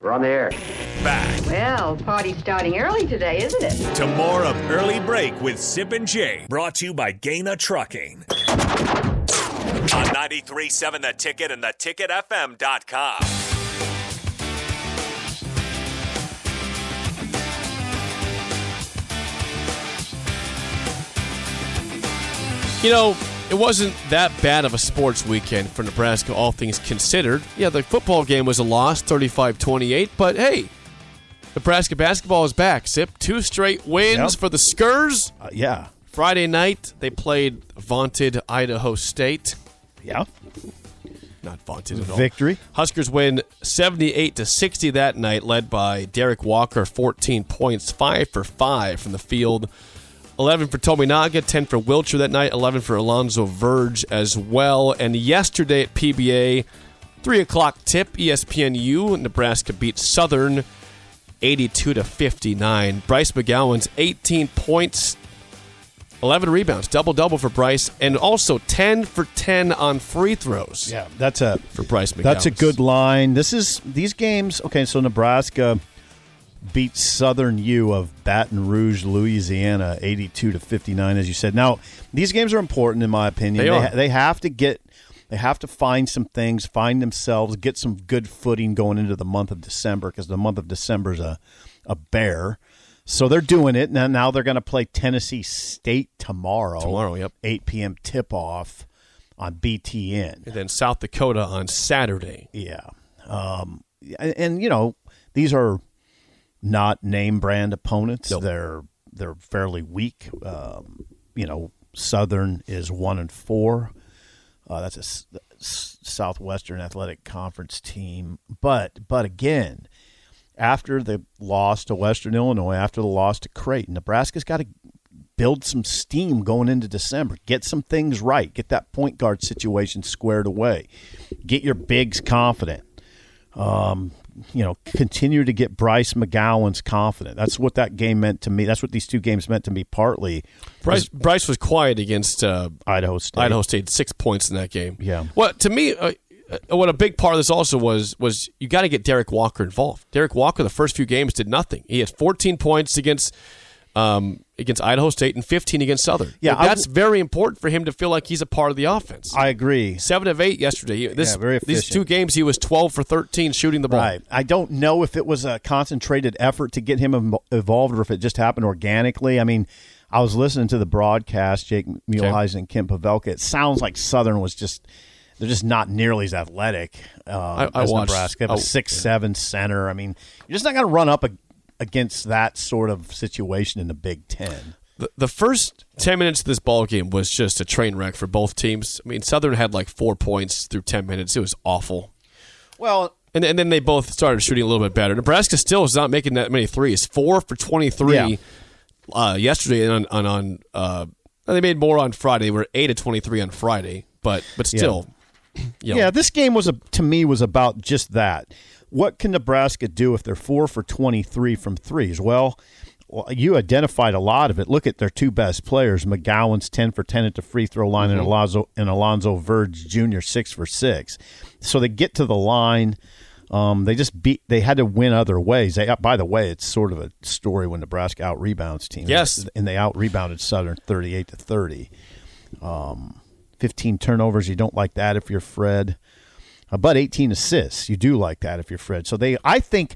We're on the air. Back Well, party's starting early today, isn't it? to more of Early Break with Sip and Jay, brought to you by Gaina Trucking. On 93.7 The Ticket and theticketfm.com. You know, it wasn't that bad of a sports weekend for Nebraska, all things considered. Yeah, the football game was a loss, 35 28, but hey, Nebraska basketball is back. Sip, two straight wins Yep. for the Skurs. Uh, yeah. Friday night, they played vaunted Idaho State. Yeah. Not vaunted at all. Victory. Huskers win 78 to 60 that night, led by Derek Walker, 14 points, 5 for 5 from the field. 11 for Tominaga, 10 for Wilcher that night, 11 for Alonzo Verge as well. And yesterday at PBA, 3 o'clock tip, E ESPNU, Nebraska beat Southern 82 to 59. Bryce McGowan's 18 points, 11 rebounds, double double for Bryce, and also 10 for 10 on free throws Yeah. That's a for Bryce McGowan. that's a good line. This is these games. Okay, so Nebraska beat Southern U of Baton Rouge, Louisiana, 82 to 59 as you said. Now, these games are important in my opinion. They are. ha- they have to get they have to find some things, find themselves, get some good footing going into the month of December because the month of December is a a bear. So they're doing it. Now, now they're going to play Tennessee State tomorrow. Tomorrow, yep. 8 p.m. tip off on BTN. And then South Dakota on Saturday. Yeah. Um, and, and, you know, these are not name brand opponents. Nope. They're they're fairly weak. Um, you know, Southern is one and four. Uh, that's a s- s- Southwestern Athletic Conference team. But but again, after the loss to Western Illinois, after the loss to Creighton, Nebraska's got to build some steam going into December. Get some things right. Get that point guard situation squared away. Get your bigs confident. Um, you know, continue to get Bryce McGowan's confident. That's what that game meant to me. That's what these two games meant to me. Partly Bryce Bryce was quiet against uh, Idaho State. Idaho State, six points in that game. Yeah. Well, to me, uh, uh, what a big part of this also was was you got to get Derek Walker involved. Derek Walker, the first few games, did nothing. He had 14 points against um, against Idaho State and 15 against Southern. Yeah, I that's very important for him to feel like he's a part of the offense. I agree. Seven of eight yesterday. He- This, Yeah, very these efficient. two games, he was 12 for 13 shooting the ball. Right. I don't know if it was a concentrated effort to get him em- involved or if it just happened organically. I mean, I was listening to the broadcast, Jake Muleheisen and Kim Pavelka. It sounds like Southern was just. They're just not nearly as athletic um, I as watched- Nebraska. I- They have A six-seven center. I mean, you're just not going to run up a, against that sort of situation in the Big Ten. the, the first 10 minutes of this ball game was just a train wreck for both teams. I mean, Southern had like four points through 10 minutes. It was awful. Well, And, and then they both started shooting a little bit better. Nebraska still is not making that many threes. Four for 23 Yeah. uh, yesterday. And on, on, on uh, they made more on Friday. They were 8 of 23 on Friday. But but still, you know, Yeah, this game was a to me was about just that. What can Nebraska do if they're four for twenty three from threes? Well, well, you identified a lot of it. Look at their two best players: McGowan's ten for ten at the free throw line, and Alonzo and Alonzo Verge Jr. six for six. So they get to the line. Um, they just beat. They had to win other ways. They, uh, by the way, it's sort of a story when Nebraska out rebounds teams. Yes. and they out rebounded Southern thirty eight to thirty. 15 turnovers. You don't like that if you're Fred. Uh, But 18 assists, you do like that if you're Fred. So they, I think,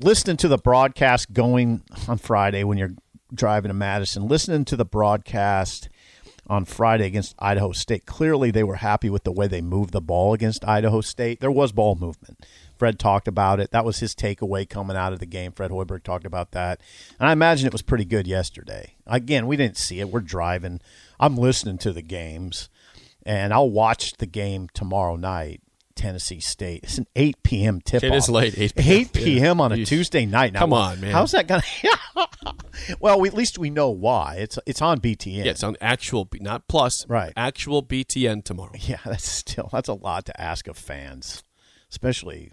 listening to the broadcast going on Friday when you're driving to Madison, listening to the broadcast on Friday against Idaho State, clearly they were happy with the way they moved the ball against Idaho State. There was ball movement. Fred talked about it. That was his takeaway coming out of the game. Fred Hoiberg talked about that. And I imagine it was pretty good yesterday. Again, we didn't see it. We're driving. I'm listening to the games and I'll watch the game tomorrow night. Tennessee State. It's an 8 p.m. tip. It is late, 8 p.m. 8 p.m. on a Jeez. Tuesday night. Now, Come on, man. How's that gonna? well, we- at least we know why. It's it's on BTN. yeah, it's on actual, B- not plus, Right. actual BTN tomorrow. Yeah, that's still that's a lot to ask of fans, especially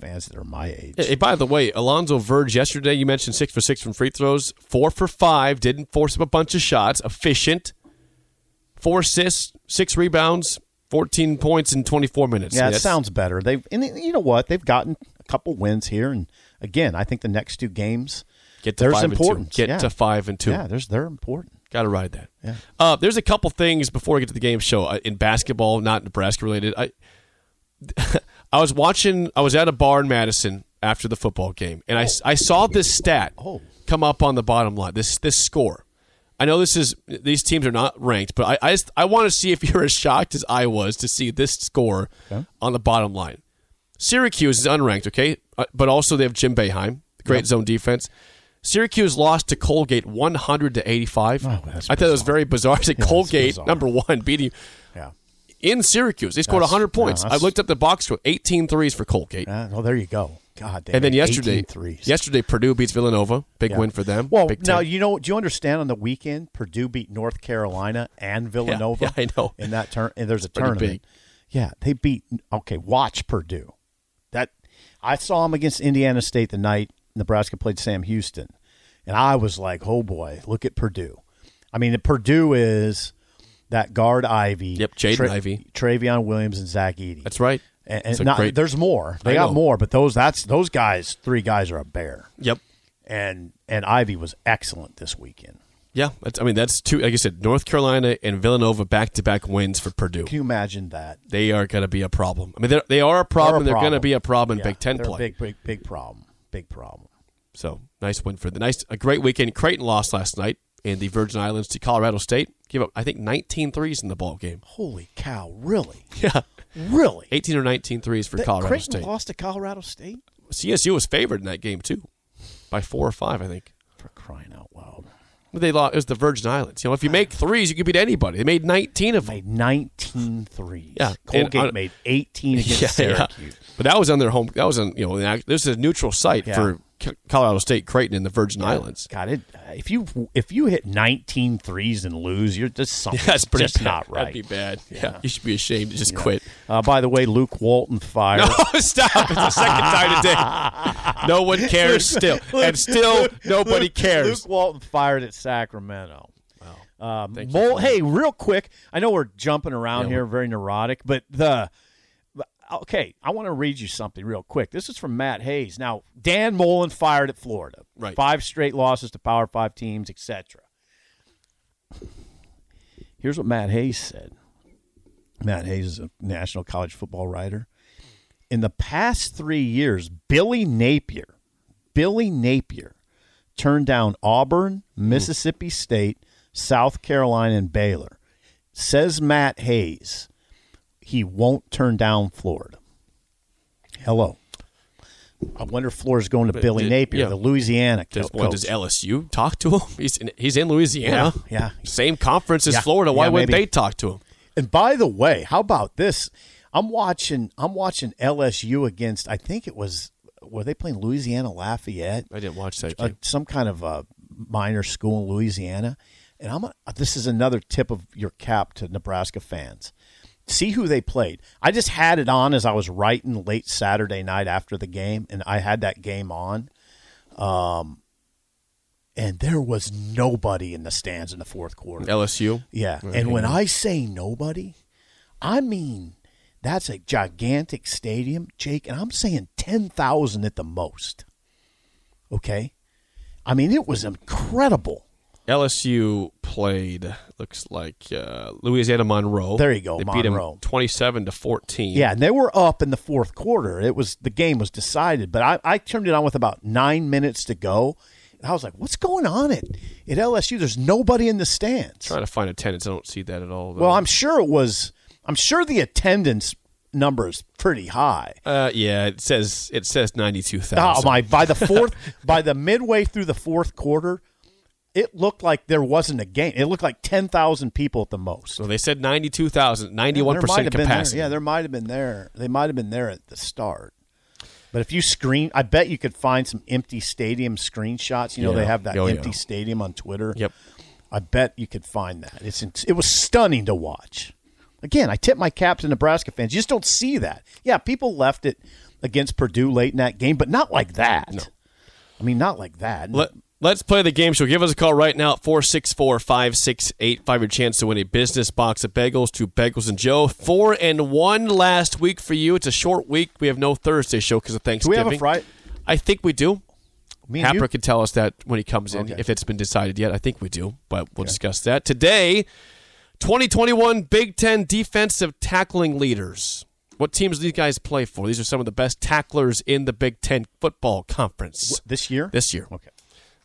fans that are my age. Hey, by the way, Alonzo Verge yesterday, you mentioned six for six from free throws, four for five, didn't force up a bunch of shots, efficient, four assists, six rebounds, 14 points in 24 minutes. yeah, it That's- sounds better. They've and you know what? They've gotten a couple wins here, and again, I think the next two games Get to There's five and importance, two. Get yeah. to five and two. Yeah, there's they're important. Got to ride that. Uh, there's a couple things before we get to the game show uh, in basketball, not Nebraska related. I I was watching. I was at a bar in Madison after the football game, and I, s- I saw this stat Oh. come up on the bottom line. This this score. I know this is these teams are not ranked, but I I, just- I want to see if you're as shocked as I was to see this score on the bottom line. Syracuse is unranked, okay, Uh, but also they have Jim Beheim, great zone defense. Syracuse lost to Colgate 100 to 85. Oh, I that's thought it was very bizarre that Colgate, bizarre. number one, beating Yeah. in Syracuse. They scored That's- 100 yeah, points. I that's- looked up the box score, 18 threes for Colgate. Uh, well, there you go. God damn. and then it, yesterday, 18 threes. yesterday Purdue beats Villanova. Big Yeah. win for them. Well, Big now Ten. you know. Do you understand? On the weekend, Purdue beat North Carolina and Villanova. yeah, I know. In that turn, and there's a pretty tournament. big. Yeah, they beat. Okay, watch Purdue. That I saw them against Indiana State the night Nebraska played Sam Houston, and I was like, oh boy, look at Purdue. I mean, Purdue is that guard Ivy. Yep, Jaden Ivey. Travion Williams, and Zach Eady. That's right. And, It's and a not, great- there's more. They I got know. more, but those that's those guys. Three guys are a bear Yep. and and Ivy was excellent this weekend. Yeah. That's, I mean, that's two, like I said, North Carolina and Villanova back to back wins for Purdue. Can you imagine that? They are going to be a problem. I mean, they're, they are a problem. They're, going to problem. be a problem in Yeah, Big Ten they're a play. Big big big problem. Big problem. So nice win for the nice, a great weekend. Creighton lost last night in the Virgin Islands to Colorado State. Gave up, I think, 19 threes in the ball game. Holy cow! Really, Yeah, really. 18 or 19 threes for That Colorado Creighton State. lost to Colorado State CSU was favored in that game too, by four or five, I think. for crying out loud. They lost. It was the Virgin Islands. You know, if you make threes, you can beat anybody. They made 19 of them. Made 19 threes. Yeah, and Colgate on- made 18 against Syracuse. But that was on their home. That was on you know. an act- This is a neutral site Yeah. for C- Colorado State, Creighton, and the Virgin Islands. God, it, uh, if you if you hit 19 threes and lose, you're just something. That's pretty just bad. not right. That'd be bad. Yeah. you should be ashamed to just quit. Uh, by the way, Luke Walton fired. Oh, stop! It's the second time today. No one cares still, and still nobody Luke- cares. Luke Walton fired at Sacramento. Wow. Um, Thank Mol- you. hey, real quick, I know we're jumping around Yeah, here, very neurotic, but the but- okay, I want to read you something real quick. This is from Matt Hayes. Now, Dan Mullen fired at Florida, Right. Five straight losses to Power Five teams, etc. Here's what Matt Hayes said. Matt Hayes is a national college football writer. In the past three years, Billy Napier, Billy Napier, turned down Auburn, Mm-hmm. Mississippi State, South Carolina, and Baylor. Says Matt Hayes, he won't turn down Florida. Hello. I wonder if Florida's going to Billy did- Napier, yeah. the Louisiana co- Does, coach. what, does LSU talk to him? He's in, he's in Louisiana. Yeah, yeah. Same conference as Yeah, Florida. Why yeah, wouldn't maybe. they talk to him? And by the way, how about this? I'm watching. I'm watching LSU against. I think it was were they playing Louisiana Lafayette, I didn't watch that uh, game. some kind of uh minor school in Louisiana. And I'm. This is another tip of your cap to Nebraska fans. See who they played. I just had it on as I was writing late Saturday night after the game, and I had that game on. Um, and there was nobody in the stands in the fourth quarter. LSU. Yeah. And when I say nobody, I mean that's a gigantic stadium, Jake, and I'm saying 10,000 at the most. Okay? I mean, it was incredible. LSU played looks like uh, Louisiana Monroe. There you go, They beat Monroe. them twenty-seven to fourteen. Yeah, and they were up in the fourth quarter. It was the game was decided, but I, I turned it on with about nine minutes to go. And I was like, "What's going on at at LSU? There's nobody in the stands." trying to find attendance. I don't see that at all. though. Well, I'm sure it was. I'm sure the attendance number is pretty high. Uh, yeah, it says it says ninety-two Oh thousand. my! By the fourth, by the midway through the fourth quarter, it looked like there wasn't a game. It looked like ten thousand people at the most. So they said 92,000, 91 There might percent have been there- capacity. yeah, there might have been there. They might have been there at the start. But if you screen, I bet you could find some empty stadium screenshots. You know Yeah. they have that Oh, yeah. empty stadium on Twitter. Yep. I bet you could find that. It's it was stunning to watch. Again, I tip my cap to Nebraska fans. You just don't see that. Yeah, people left it against Purdue late in that game, but not like that. I mean, not like that. Let, Let's play the game show. Give us a call right now at 464 5685. Your chance to win a business box of bagels to Bagels and Joe. Four and one last week for you. It's a short week. We have no Thursday show because of Do we Thanksgiving. have a Friday? I think we do. Me and you? Happer can tell us that when he comes in, Okay. if it's been decided yet. I think we do, but we'll discuss that. Today, 2021 Big Ten defensive tackling leaders. What teams do these guys play for? These are some of the best tacklers in the Big Ten football conference This year? this year. Okay.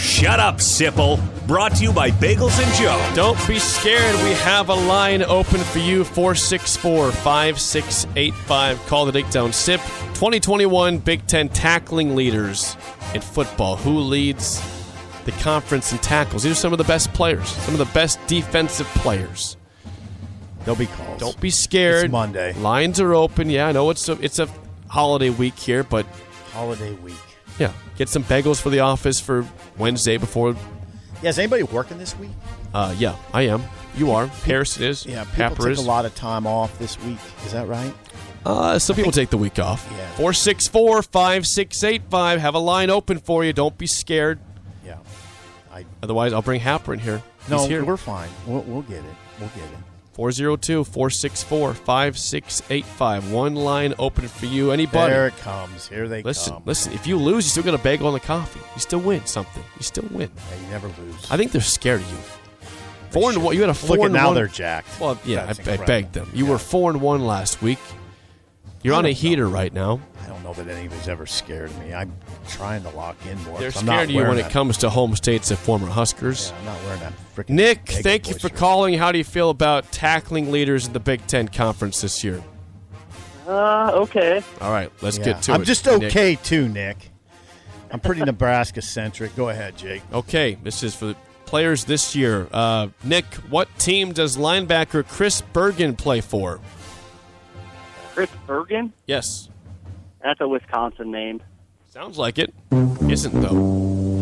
Shut up, Sipple. Brought to you by Bagels and Joe. Don't be scared. We have a line open for you 464 5685. Call the Dick Down SIP 2021 Big Ten tackling leaders in football. Who leads the conference in tackles? These are some of the best players, some of the best defensive players. There'll be calls. Don't be scared. It's Monday. Lines are open. Yeah, I know it's a, it's a holiday week here, but holiday week. yeah, get some bagels for the office for Wednesday before. Yeah, is anybody working this week? Uh, yeah, I am. You are. Harrison is. Yeah, people Papper took is. a lot of time off this week. Is that right? Uh, some people take the week off. Yeah. 464 5685. Have a line open for you. Don't be scared. Yeah. I Otherwise, I'll bring Happer in here. no, He's here. we're fine. We'll, we'll get it. We'll get it. 402 464 5685. One line open for you. Anybody? There it comes. Here they listen, come. listen. If you lose, you still got a bagel on the coffee. You still win something. You still win. Yeah, you never lose. I think they're scared of you. Four and one. You had a four Look at and now one. they're jacked. well, yeah, That's I, I incredible. begged them. You Yeah. were four and one last week. You're I on a don't know. heater right now. I don't know that anybody's ever scared me. I'm trying to lock in more. They're 'cause I'm not scared of you when wearing it that- comes to home states of former Huskers. Yeah, I'm not wearing that freaking. Nick, Jacob thank you for boy calling. How do you feel about tackling leaders in the Big Ten Conference this year? Uh, okay. All right, let's shirt. Yeah. get to it. I'm just Nick. okay too, Nick. I'm pretty Nebraska centric. Go ahead, Jake. Okay, this is for the players this year. Uh, Nick, what team does linebacker Chris Bergen play for? Chris Bergen? Yes, That's a Wisconsin name. sounds like it. Isn't though.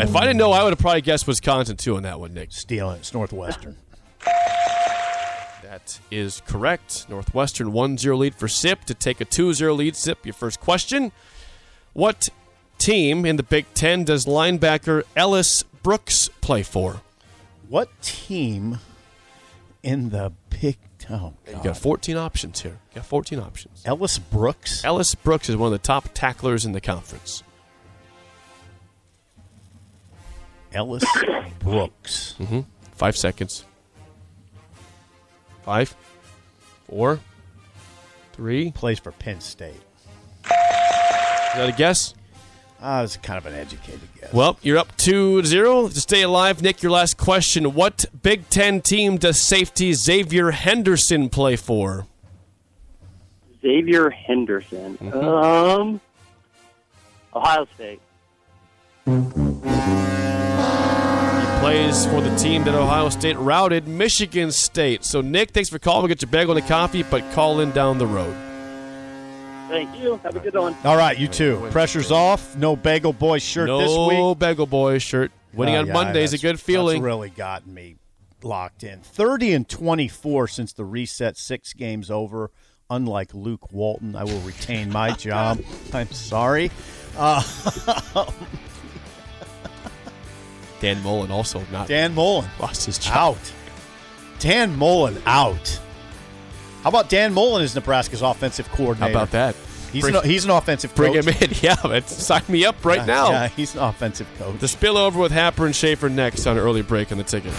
If I didn't know, I would have probably guessed Wisconsin too on that one, Nick. Stealing. It's Northwestern. That is correct. Northwestern 1 0 lead for SIP to take a 2 0 lead. SIP, your first question. What team in the Big Ten does linebacker Ellis Brooks play for? What team in the Big Ten? You got 14 options here. You got 14 options. Ellis Brooks. Ellis Brooks is one of the top tacklers in the conference. Ellis Brooks. Five seconds. Five, four, three. Plays for Penn State. Is that a guess? Ah, it's kind of an educated guess. Well, you're up 2 0. To stay alive, Nick, your last question. What Big Ten team does safety Xavier Henderson play for? Xavier Henderson. Mm-hmm. Um, Ohio State. He plays for the team that Ohio State routed Michigan State. So, Nick, thanks for calling. We'll get your bagel and a coffee, but call in down the road. Thank you. Have a good one. All right, you too. wait, Pressure's off. No Bagel Boy shirt no this week. Bagel Boy shirt. Winning Oh, on yeah, Monday is a that's- good feeling. That's really gotten me locked in. 30 and 24 since the reset, six games over. Unlike Luke Walton, I will retain my job. I'm sorry. Dan Mullen also not Dan Mullen lost his job. out. Dan Mullen out. How about Dan Mullen as Nebraska's offensive How coordinator? about that? He's, bring, an, he's an offensive bring coach. him in. Yeah, but sign me up right Yeah, now. Yeah, he's an offensive coach. The spillover with Happer and Schaefer next on early break on the ticket.